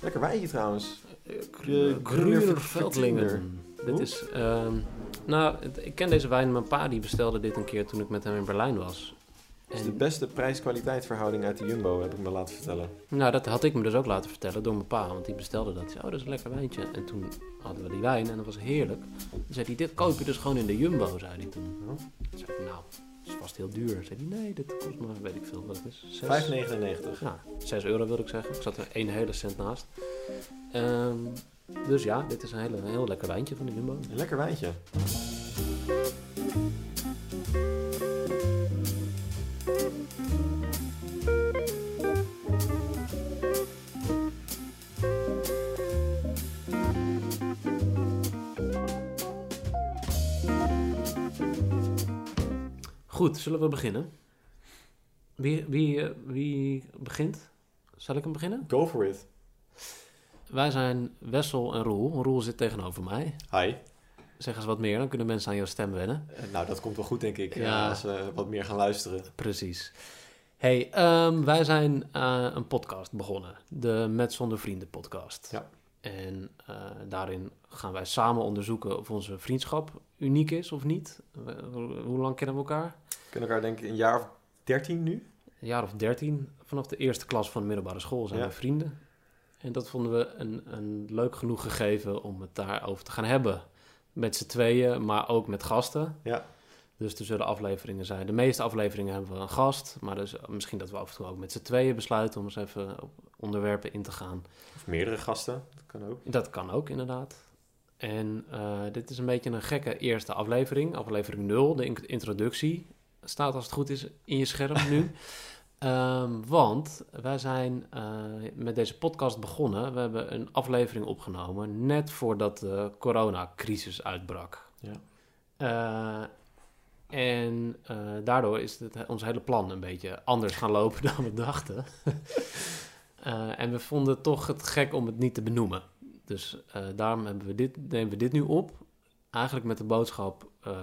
Lekker wijntje trouwens. Kru- Gruner Veldlingen. Dit Eh, Hoe? is. ehm, nou, het- ik ken deze wijn. Mijn pa die bestelde dit een keer toen ik met hem in Berlijn was. Dat is En- de beste prijs-kwaliteit verhouding uit de Jumbo, heb ik me laten vertellen. Nou, dat had ik me dus ook laten vertellen door mijn pa, want die bestelde dat. Ik zei, oh, dat is een lekker wijntje. En toen hadden we die wijn en dat was heerlijk. Toen zei hij, dit koop je dus gewoon in de Jumbo, zei hij toen. Oh. Toen zei ik, nou, dat is vast heel duur. Zei hij, nee, dit kost maar, weet ik veel, wat het is. Dus- Zes- 5,99. nou, 6 euro wilde ik zeggen. Ik zat er één hele cent naast. Ehm, dus ja, dit is een, hele, een heel lekker wijntje van de Jumbo. Een lekker wijntje. Goed, zullen we beginnen? Wie, wie, eh, wie begint? Zal ik hem beginnen? Go for it. Wij zijn Wessel en Roel. Roel zit tegenover mij. Hi. Zeg eens wat meer, dan kunnen mensen aan jouw stem wennen. Eh, Nou, dat komt wel goed, denk ik, eh, Ja. als we wat meer gaan luisteren. Precies. Hey, ehm, wij zijn eh, een podcast begonnen. De Met Zonder Vrienden podcast. Ja. En eh, daarin gaan wij samen onderzoeken of onze vriendschap uniek is of niet. We- ho- hoe lang kennen we elkaar? We kennen elkaar denk ik een jaar of 13 nu. Een jaar of dertien. Vanaf de eerste klas van de middelbare school zijn Ja. we vrienden. En dat vonden we een, een leuk genoeg gegeven om het daarover te gaan hebben. Met z'n tweeën, maar ook met gasten. Ja. Dus er zullen afleveringen zijn. De meeste afleveringen hebben we een gast. Maar dus misschien dat we af en toe ook met z'n tweeën besluiten om eens even op onderwerpen in te gaan. Of meerdere gasten, dat kan ook. Dat kan ook inderdaad. En eh, dit is een beetje een gekke eerste aflevering. Aflevering 0, de in- introductie. Staat als het goed is in je scherm nu. Ehm, want wij zijn eh, met deze podcast begonnen. We hebben een aflevering opgenomen net voordat de coronacrisis uitbrak. Ja. Eh, en eh, daardoor is het, ons hele plan een beetje anders gaan lopen dan we dachten. Eh, en we vonden het toch het gek om het niet te benoemen. Dus eh, daarom hebben we dit, nemen we dit nu op. Eigenlijk met de boodschap eh,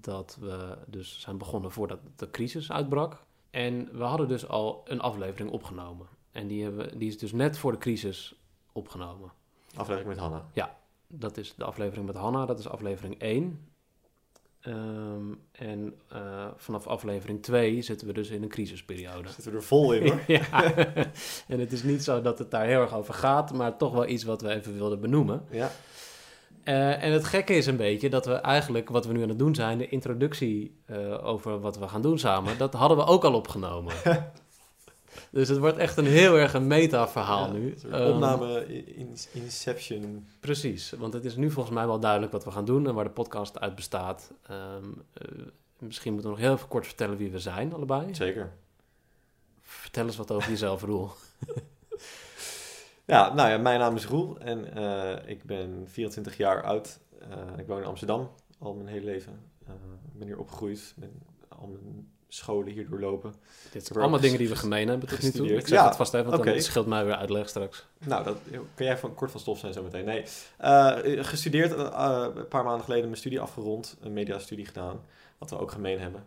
dat we dus zijn begonnen voordat de crisis uitbrak. En we hadden dus al een aflevering opgenomen. En die, hebben, die is dus net voor de crisis opgenomen. Aflevering met Hanna. Dat is de aflevering met Hanna, dat is aflevering 1. Ehm, en eh, vanaf aflevering 2 zitten we dus in een crisisperiode. Zitten we er vol in hoor. ja, en het is niet zo dat het daar heel erg over gaat, maar toch wel iets wat we even wilden benoemen. ja. Eh, en het gekke is een beetje dat we eigenlijk wat we nu aan het doen zijn, de introductie eh, over wat we gaan doen samen, dat hadden we ook al opgenomen. dus het wordt echt een heel erg een meta-verhaal Ja, nu. een soort Ehm, opname in, Inception. Precies, want het is nu volgens mij wel duidelijk wat we gaan doen en waar de podcast uit bestaat. Ehm, eh, misschien moeten we nog heel even kort vertellen wie we zijn, allebei. Zeker. Vertel eens wat over jezelf, Roel. Ja, nou ja, mijn naam is Roel en eh, ik ben 24 jaar oud. Eh, ik woon in Amsterdam al mijn hele leven. Eh, ik ben hier opgegroeid, ben al mijn scholen hier doorlopen. Dit ook zijn allemaal ges- dingen die we gemeen hebben tot nu toe. gestudeerd. Ik zeg Ja, het vast even, want oké. dan scheelt mij weer uitleg straks. Nou, dat kan jij van, kort van stof zijn zometeen. Nee, eh, gestudeerd, eh, eh, een paar maanden geleden mijn studie afgerond. Een mediastudie gedaan, wat we ook gemeen hebben.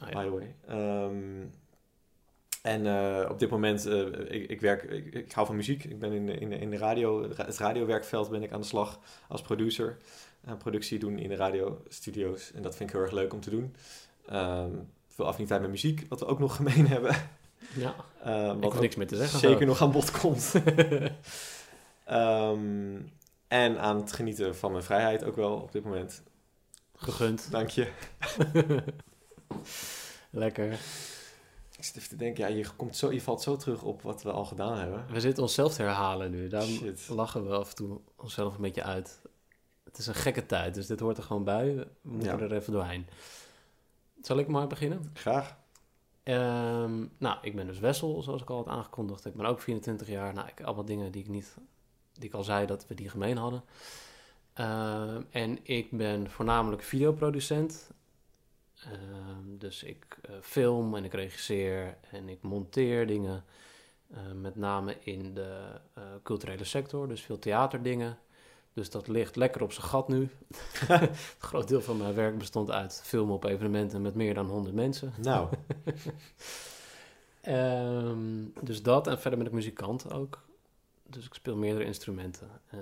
Ah, ja. by the way. Ehm, en eh, op dit moment, eh, ik, ik werk, ik, ik hou van muziek. Ik ben in, de- in, de- in de radio, het radiowerkveld ben ik aan de slag als producer. Eh, productie doen in de radiostudio's. En dat vind ik heel erg leuk om te doen. Ehm, veel affiniteit met muziek, wat we ook nog gemeen hebben. Ja, Eh, ik wat hoef ook niks meer te zeggen. zeker zo. nog aan bod komt. Ehm, en aan het genieten van mijn vrijheid ook wel op dit moment. Gegund. Dank je. Lekker. Ik zit even te denken, ja, je, komt zo, je valt zo terug op wat we al gedaan hebben. We zitten onszelf te herhalen nu. Daarom Shit. lachen we af en toe onszelf een beetje uit. Het is een gekke tijd, dus dit hoort er gewoon bij. We moeten Ja. er even doorheen. Zal ik maar beginnen? Graag. Ehm, nou, ik ben dus Wessel, zoals ik al had aangekondigd. Ik ben ook 24 jaar. Nou, ik, allemaal dingen die ik niet, die ik al zei dat we die gemeen hadden. Ehm, en ik ben voornamelijk videoproducent. Ehm, dus ik eh, film en ik regisseer en ik monteer dingen. Eh, met name in de eh, culturele sector, dus veel theaterdingen. Dus dat ligt lekker op zijn gat nu. Een groot deel van mijn werk bestond uit filmen op evenementen met meer dan 100 mensen. Nou, Ehm, dus dat, en verder ben ik muzikant ook. Dus ik speel meerdere instrumenten. Eh,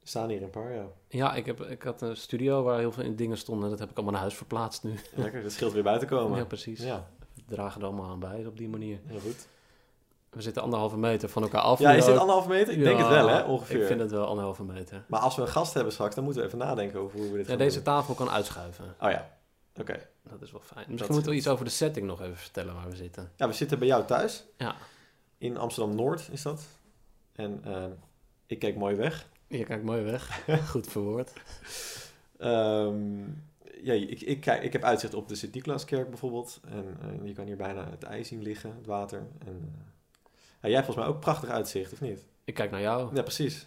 Er staan hier een paar, ja. ja, ik, heb, ik had een studio waar heel veel dingen stonden. Dat heb ik allemaal naar huis verplaatst nu. Lekker, dat scheelt weer buiten komen. Ja, precies. Ja, We dragen er allemaal aan bij op die manier. heel goed. We zitten anderhalve meter van elkaar af. Ja, nu is dit ook. anderhalve meter? Ik denk het wel, hè, Ja, ongeveer. Ik vind het wel anderhalve meter. Maar als we een gast hebben straks, dan moeten we even nadenken over hoe we dit Ja, gaan deze doen. tafel kan uitschuiven. Oh ja, oké. Dat is wel fijn. Dat Misschien moeten we scheelt. iets over de setting nog even vertellen waar we zitten. Ja, we zitten bij jou thuis. Ja. In Amsterdam-Noord is dat. En ehm, ik kijk mooi weg. Je kijkt mooi weg. Goed verwoord. Ehm, ja, ik, ik, kijk, ik heb uitzicht op de Sint-Niklaaskerk bijvoorbeeld. En eh, je kan hier bijna het ei zien liggen, het water. En, eh, ja, jij hebt volgens mij ook prachtig uitzicht, of niet? Ik kijk naar jou. Ja, precies.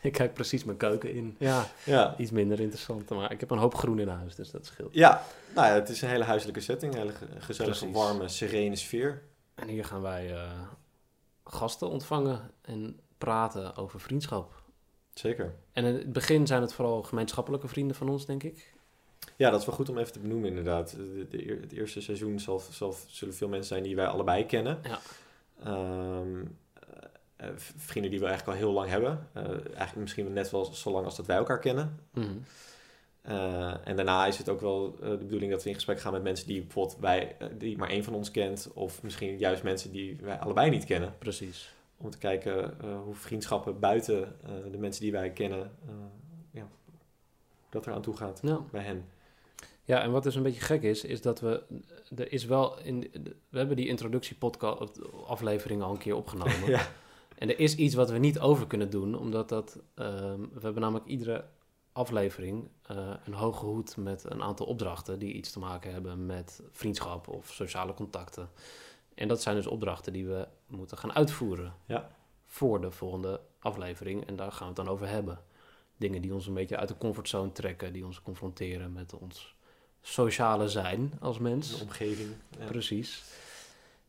Ik kijk precies mijn keuken in. Ja, Ja, iets minder interessant. Maar ik heb een hoop groen in huis, dus dat scheelt. ja. nou ja, het is een hele huiselijke setting. Een hele ge- gezellige, Precies. warme, serene sfeer. En hier gaan wij eh, gasten ontvangen en praten over vriendschap. Zeker. En in het begin zijn het vooral gemeenschappelijke vrienden van ons, denk ik. Ja, dat is wel goed om even te benoemen, inderdaad. De, de, eer- het eerste seizoen zal, zal, zullen veel mensen zijn die wij allebei kennen. Ja. Ehm, eh, eh, vrienden die we eigenlijk al heel lang hebben. Eh, eigenlijk misschien net wel zo lang als dat wij elkaar kennen. Mhm. Eh, en daarna is het ook wel eh, de bedoeling dat we in gesprek gaan met mensen die bijvoorbeeld wij, eh, die maar één van ons kent. Of misschien juist mensen die wij allebei niet kennen. Precies. Om te kijken eh, hoe vriendschappen buiten eh, de mensen die wij kennen, eh, ja, hoe dat eraan toe gaat Ja. bij hen. Ja, en wat dus een beetje gek is, is dat we. Er is wel in, we hebben die introductie-aflevering al een keer opgenomen. Ja. En er is iets wat we niet over kunnen doen, omdat dat. ehm, we hebben namelijk iedere aflevering eh, een hoge hoed met een aantal opdrachten die iets te maken hebben met vriendschap of sociale contacten. En dat zijn dus opdrachten die we moeten gaan uitvoeren Ja. voor de volgende aflevering. En daar gaan we het dan over hebben. Dingen die ons een beetje uit de comfortzone trekken, die ons confronteren met ons sociale zijn als mens. De omgeving. ja. Precies.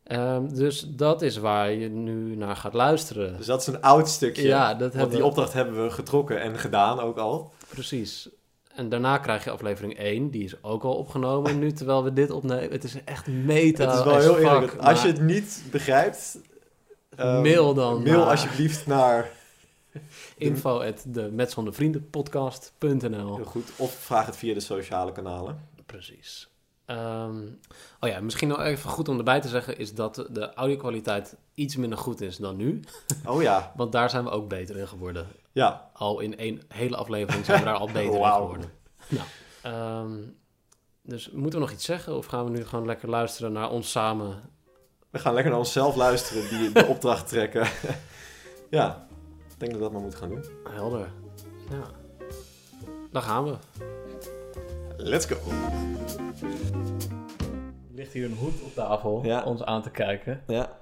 Ehm, dus dat is waar je nu naar gaat luisteren. Dus dat is een oud stukje. Ja, dat Want hebben die we. opdracht hebben we getrokken en gedaan ook al. Precies. En daarna krijg je aflevering 1, die is ook al opgenomen nu terwijl we dit opnemen. Het is echt meta. het is wel as heel fuck, eerlijk. dat Als je eh, maar het niet begrijpt... ehm, Mail dan Mail naar- alsjeblieft naar... info at de Oh. Heel goed. Of vraag het via de sociale kanalen. Precies. Ehm, oh ja, misschien nog even goed om erbij te zeggen is dat de audio-kwaliteit iets minder goed is dan nu. Oh ja, Want daar zijn we ook beter in geworden. ja. Al in één hele aflevering zijn we daar al beter in Wauw. geworden. Nou, ehm, dus moeten we nog iets zeggen of gaan we nu gewoon lekker luisteren naar ons samen We gaan lekker naar onszelf luisteren die de opdracht trekken. ja, ik denk dat we dat maar moeten gaan doen. Helder. Ja. Daar gaan we. Let's go. Er ligt hier een hoed op tafel Ja. ons aan te kijken. Ja,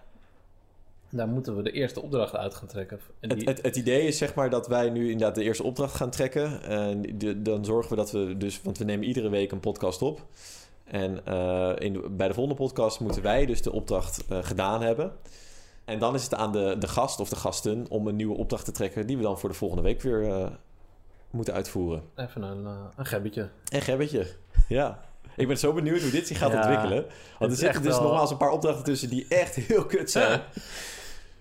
Daar moeten we de eerste opdracht uit gaan trekken. En die- het, het, het idee is zeg maar dat wij nu inderdaad de eerste opdracht gaan trekken. En de- dan zorgen we dat we dus, want we nemen iedere week een podcast op. En eh, in de- bij de volgende podcast moeten wij dus de opdracht eh, gedaan hebben. En dan is het aan de, de gast of de gasten om een nieuwe opdracht te trekken, die we dan voor de volgende week weer eh, moeten uitvoeren. Even een, eh, een gebbetje. En gebbetje. Ja. Ik ben zo benieuwd hoe dit zich gaat Ja, ontwikkelen. Want er is zitten echt dus wel- nogmaals een paar opdrachten tussen die echt heel kut zijn. Eh,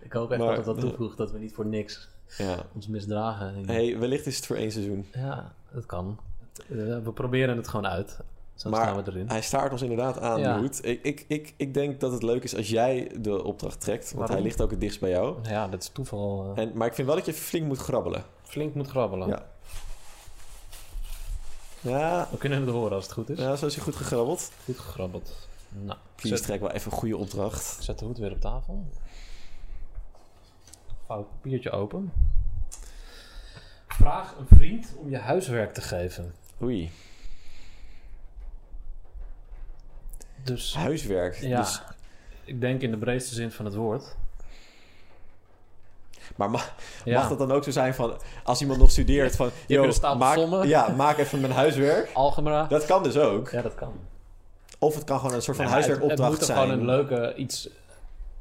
Ik hoop echt Maar- dat het dat toevoegt dat we niet voor niks ja. ons misdragen. Hey, wellicht is het voor één seizoen. Ja, dat kan. Eh, we proberen het gewoon uit. Zo Maar- staan we erin. Hij staart ons inderdaad aan, Ja. die hoed. Ik, ik, ik, ik denk dat het leuk is als jij de opdracht trekt. Want Waarom? hij ligt ook het dichtst bij jou. Ja, dat is toeval. eh, En, maar ik vind wel dat je flink moet grabbelen. flink moet grabbelen. Ja. Ja, We kunnen het horen als het goed is. ja zo is hij goed gegrabbeld. Goed gegrabbeld. Nou, Please, zet- trek wel even een goede opdracht. Ik zet de hoed weer op tafel. Vouw het papiertje open. Vraag een vriend om je huiswerk te geven. Oei. Dus Huiswerk. ja, Dus, ik denk in de breedste zin van het woord. maar ma- Ja, mag dat dan ook zo zijn van... Als iemand nog studeert van... hebt yo, een stapel maak, sommen. ja, maak even mijn huiswerk. algebra. Dat kan dus ook. Ja, dat kan. Of het kan gewoon een soort van Ja, maar het, het huiswerkopdracht moet toch zijn. gewoon een leuke, iets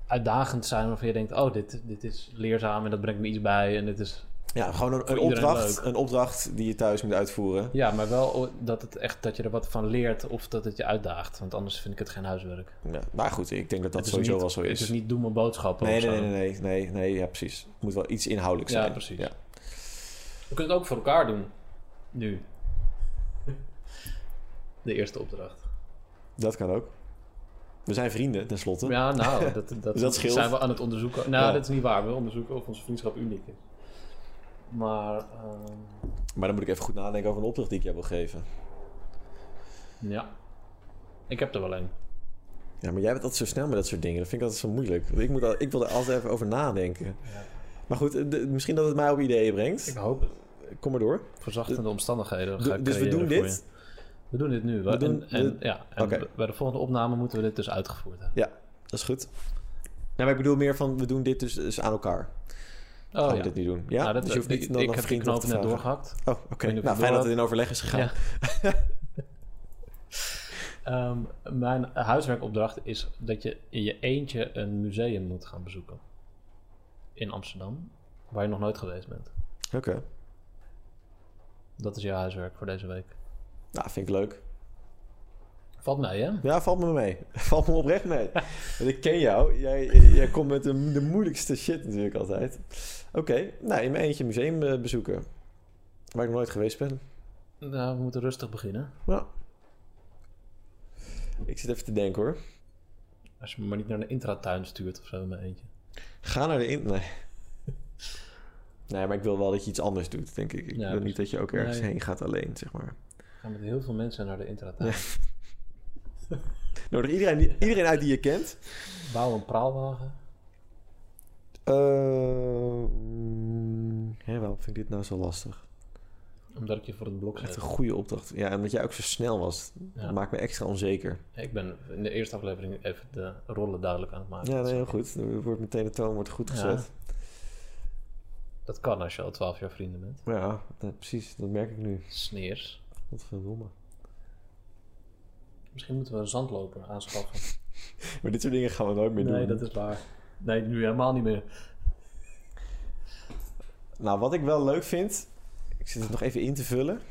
uitdagend zijn waarvan je denkt... oh, dit, dit is leerzaam en dat brengt me iets bij en dit is Ja, gewoon een, een iedereen opdracht, leuk. een opdracht die je thuis moet uitvoeren. Ja, maar wel o- dat, het echt, dat je er wat van leert of dat het je uitdaagt. Want anders vind ik het geen huiswerk. Ja, maar goed, ik denk dat dat het is sowieso niet, wel zo Het is. is niet doe mijn boodschappen nee, of nee, zo. nee, nee, nee, nee, nee, ja, precies. Het moet wel iets inhoudelijks Ja, zijn. precies. We kunnen het ook voor elkaar doen. Nu. De eerste opdracht. Dat kan ook. We zijn vrienden, tenslotte. Ja, nou, dat, dat, Dus dat scheelt. zijn we aan het onderzoeken. Nou, Ja. dat is niet waar. We onderzoeken of onze vriendschap uniek is. Maar, ehm, Maar dan moet ik even goed nadenken over een opdracht die ik jou wil geven. ja. Ik heb er wel een. Ja, maar jij bent altijd zo snel met dat soort dingen. Dat vind ik altijd zo moeilijk. Want ik, moet al, ik wil er altijd even over nadenken. Ja. Maar goed, eh, de- misschien dat het mij op ideeën brengt. Ik hoop het. Kom maar door. Verzachtende omstandigheden. Ga Du- ik dus we creëren doen voor dit? je. We doen dit nu. We doen en, en, dit- ja, en Oké. bij de volgende opname moeten we dit dus uitgevoerd hebben. Dat is goed. Nou, maar ik bedoel meer van, we doen dit dus, dus aan elkaar. Oh Gaan ja. we dit nu doen. Ja, Nou, dat, dus je hoeft ik- niet dan ik nog heb die vrienden op knoop te net vragen. doorgehakt. Oh, oké. weet niet of Nou, je fijn door dat het in overleg is gegaan. Ja. Ehm, mijn huiswerkopdracht is dat je in je eentje een museum moet gaan bezoeken. In Amsterdam, waar je nog nooit geweest bent. Oké. Dat is je huiswerk voor deze week. Nou, vind ik leuk. Valt mij, hè? Ja, valt me mee. Valt me oprecht mee. Want ik ken jou. Jij, jij komt met de, de moeilijkste shit natuurlijk altijd. Oké, nou, in mijn eentje een museum eh, bezoeken. Waar ik nog nooit geweest ben. Nou, we moeten rustig beginnen. Nou. Ik zit even te denken hoor. Als je me maar niet naar een intratuin stuurt of zo in mijn eentje. Ga naar de in... Nee. Nee, maar ik wil wel dat je iets anders doet, denk ik. Ik Ja, wil niet dat je ook ergens Nee. heen gaat alleen, zeg maar. Ik ga met heel veel mensen naar de intratuin. Nodig Nou, iedereen, iedereen uit die je kent. Bouw een praalwagen. Eh, hè, waarom vind ik dit nou zo lastig? Omdat ik je voor het blok Echt zet. een goede opdracht. Ja, omdat jij ook zo snel was. Eh, Ja. Dat maakt me extra onzeker. Ik ben in de eerste aflevering even de rollen duidelijk aan het maken. Ja, nee, heel goed. Dan wordt meteen de toon wordt goed Ja. gezet. Dat kan als je al twaalf jaar vrienden bent. Ja, dat- precies. Dat merk ik nu. Sneers. Wat verdomme. Misschien moeten we een zandloper aanschaffen. Maar dit soort dingen gaan we nooit meer Nee, doen. dat is waar. Nee, nu helemaal niet meer. Nou, wat ik wel leuk vind... Ik zit het nog even in te vullen.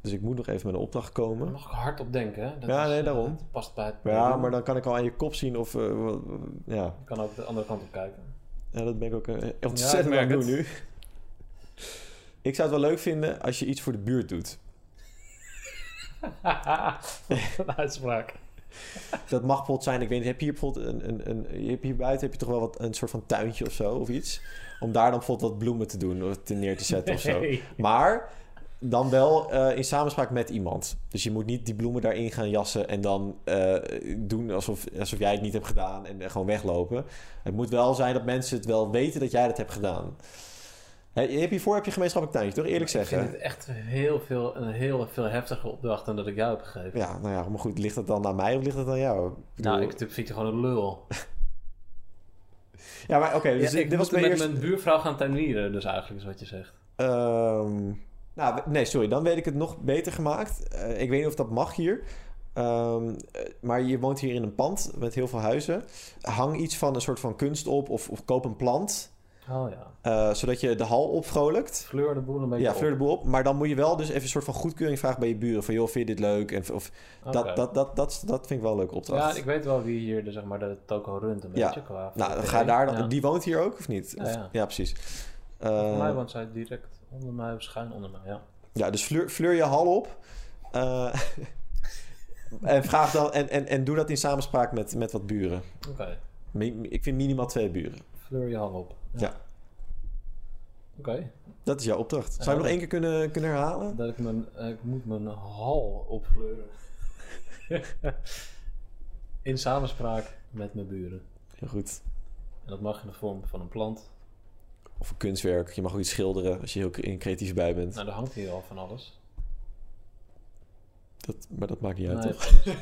Dus ik moet nog even met een opdracht Daar komen. mag ik hard op denken. hè. Dat Ja, is, nee, eh, daarom. dat past bij het. Ja, maar dan kan ik al aan je kop zien of... eh, wat- ja. Ik kan ook de andere kant op kijken. ja, dat ben ik ook eh, Ja, ik ontzettend aan merk het doen het. nu. Ik zou het wel leuk vinden als je iets voor de buurt doet. Wat een uitspraak. Dat mag bijvoorbeeld zijn, ik weet niet, heb je hier bijvoorbeeld een, een, een je hebt hier buiten heb je toch wel wat, een soort van tuintje of zo of iets? Om daar dan bijvoorbeeld wat bloemen te doen of te neer te zetten of zo. Nee. Maar dan wel eh, in samenspraak met iemand. Dus je moet niet die bloemen daarin gaan jassen en dan eh, doen alsof, alsof jij het niet hebt gedaan en eh, gewoon weglopen. Het moet wel zijn dat mensen het wel weten dat jij dat hebt gedaan. Hè, je hebt hiervoor heb je gemeenschappelijk tuintje, toch? Eerlijk Ik vind zeggen. het echt heel veel, een heel veel heftiger opdracht dan dat ik jou heb gegeven. Ja, nou ja, maar goed, ligt dat dan aan mij of ligt dat aan jou? Ik bedoel- Nou, ik vind je gewoon een lul. Ja, maar oké, dus Ja, dit- ik dit was moet mijn met eerste... mijn buurvrouw gaan tuinieren, dus eigenlijk is wat je zegt. Ehm, nou, we- nee, sorry. Dan weet ik het nog beter gemaakt. Eh, ik weet niet of dat mag hier. Ehm, eh, maar je woont hier in een pand met heel veel huizen. Hang iets van een soort van kunst op of, of koop een plant. Oh ja. eh, zodat je de hal opvrolijkt. Fleur de boel een beetje Ja, op. fleur de boel op. Maar dan moet je wel dus even een soort van goedkeuring vragen bij je buren. Van, joh, vind je dit leuk? En, of, Oké. dat, dat, dat, dat, dat vind ik wel een leuke opdracht. Ja, ik weet wel wie hier de, zeg maar, de toko runt een Ja. beetje qua... Nou, dan VVD. ga daar dan... Ja. Die woont hier ook, of niet? Ja, Of- ja. precies. Voor mij Eh, woont zij direct onder mij, schuin onder mij, ja. Ja, dus fleur, fleur je hal op. Eh, en, vraag dan, en, en, en doe dat in samenspraak met, met wat buren. Oké, Mi- mi- Ik vind minimaal twee buren. fleur je hand op. Ja. Oké, Dat is jouw opdracht. Zou je hem nog één keer kunnen, kunnen herhalen? dat ik mijn... eh, ik moet mijn hal opfleuren. In samenspraak met mijn buren. Heel goed. En dat mag in de vorm van een plant. Of een kunstwerk. Je mag ook iets schilderen als je heel cre- creatief bij bent. Nou, daar hangt hier al van alles. Dat, maar dat maakt niet uit, Nee, toch? precies.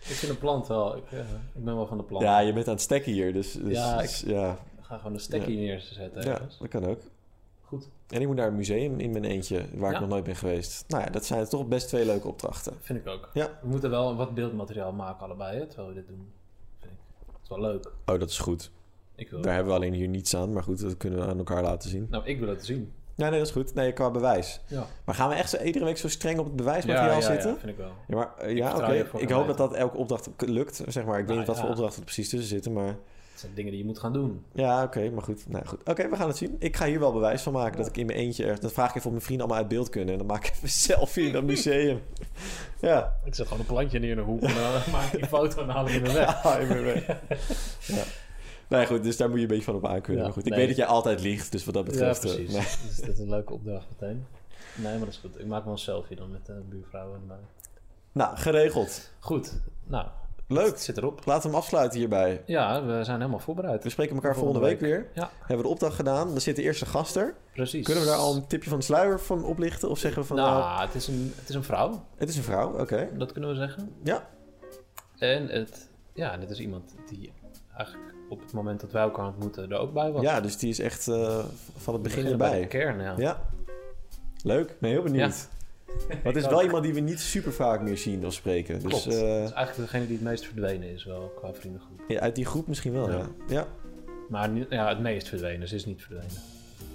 ik vind een plant wel... Ik, eh, ik ben wel van de plant. Ja, je bent aan het stekken hier. Dus, dus- Ja, dus- ja. Ik ga gewoon een stekkie neerzetten ja, ergens. dat kan ook. Goed. En ik moet naar een museum in mijn eentje, waar Ja. ik nog nooit ben geweest. Nou ja, dat zijn toch best twee leuke opdrachten. Vind ik ook. Ja. We moeten wel wat beeldmateriaal maken allebei, hè, terwijl we dit doen. Vind ik. Het is wel leuk. Oh, dat is goed. Ik wil, Daar hebben we alleen hier niets aan, maar goed, dat kunnen we aan elkaar laten zien. Nou, ik wil het zien. Ja, nee, dat is goed. Nee, qua bewijs. Ja. Maar gaan we echt zo, iedere week zo streng op het bewijsmateriaal ja, zitten? Ja, vind ik wel. Ja, maar, eh, ja oké. vertrouw je voor Ik een hoop dat wijze. dat elke opdracht k- lukt, zeg maar. Ik weet Nou, niet wat voor ja. opdrachten er precies tussen zitten, maar... Het zijn dingen die je moet gaan doen. Ja, oké, maar goed. Nou, goed. Oké, we gaan het zien. Ik ga hier wel bewijs van maken dat ik in mijn eentje... ergens- Dat vraag ik even of mijn vrienden allemaal uit beeld kunnen. En dan maak ik even een selfie in dat museum. ja. Ik zet gewoon een plantje neer in een hoek en dan maak ik een foto en haal ik hem weg. Ah, ik ben weg. ja. Nee, goed, dus daar moet je een beetje van op aankunnen. Ja, maar goed, ik nee. weet dat jij altijd liegt, dus wat dat betreft... ja, eh, precies. nee. Dus dit is een leuke opdracht meteen. Nee, maar dat is goed. Ik maak wel een selfie dan met de buurvrouwen erbij. Nou, geregeld. Goed. Nou, Leuk. het zit erop. Laten we hem afsluiten hierbij. Ja, we zijn helemaal voorbereid. We spreken elkaar volgende, Volgende week, weer. Ja. Hebben we de opdracht gedaan. Dan zit de eerste gast er. Precies. Kunnen we daar al een tipje van de sluier van oplichten? Of zeggen we van... nou, Nou, het is, een, het is een vrouw. Het is een vrouw, oké. Dat kunnen we zeggen. Ja. En het, ja, dit is iemand die eigenlijk op het moment dat wij elkaar ontmoeten er ook bij was. Ja, dus die is echt eh, van het begin We beginnen bij de erbij. kern, ja. Ja. Leuk. Ben heel benieuwd. Maar het is Ik wel ook. iemand die we niet super vaak meer zien of spreken. Dus Klopt. eh, Dat is eigenlijk degene die het meest verdwenen is wel qua vriendengroep. ja, uit die groep misschien wel, ja. Ja, Ja. Maar niet- ja, het meest verdwenen, ze is niet verdwenen.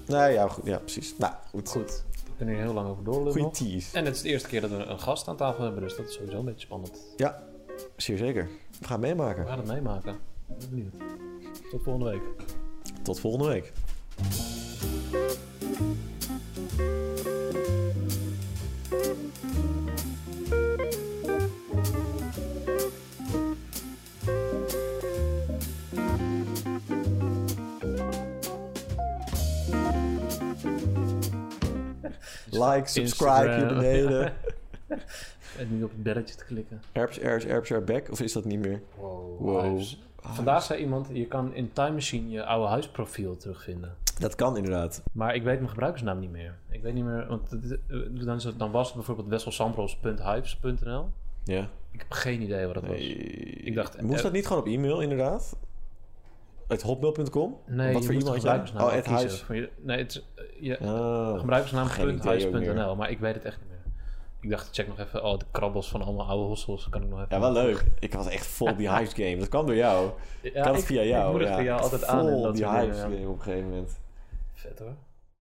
Nou ja, goed. Ja, precies. Nou, goed. Goed, we kunnen hier heel lang over doorlullen Goeie nog. tease. En het is de eerste keer dat we een gast aan tafel hebben, dus dat is sowieso een beetje spannend. Zeer zeker. We gaan het We meemaken. gaan het meemaken. Ik ben benieuwd. Tot volgende week. Tot volgende week. Like, subscribe hier Instagram. beneden. En nu op het belletje te klikken. Erps, erps, erps, erps, back. Of is dat niet meer? Wow. Wow. huis. Vandaag zei iemand, je kan in Time Machine je oude huisprofiel terugvinden. Dat kan inderdaad. Maar ik weet mijn gebruikersnaam niet meer. Ik weet niet meer, want het- het- eh, dan, is het- dan was het bijvoorbeeld wesselsamples.hypes.nl. Ja. Ik heb geen idee wat dat was. Ik dacht, Moest eh, dat niet gewoon op e-mail, inderdaad? Het hotmail.com? Nee, Wat je voor moet e-mail had een jij? gebruikersnaam Oh, at kiezen. huis. Van je, nee, het is, eh, je Oh. Geen idee ook gebruikersnaam.huis.nl, maar ik weet het echt niet meer. Ik dacht, check nog even, oh, de krabbels van allemaal oude hossels, kan ik nog even... Ja, wel leuk. Ik was echt vol op die Hives game. Dat kwam door jou. Ja, ik had het via jou. Ik moedig ja. via jou altijd vol aan en op dat die soort Hives dingen, ja. game op een gegeven moment. Vet hoor.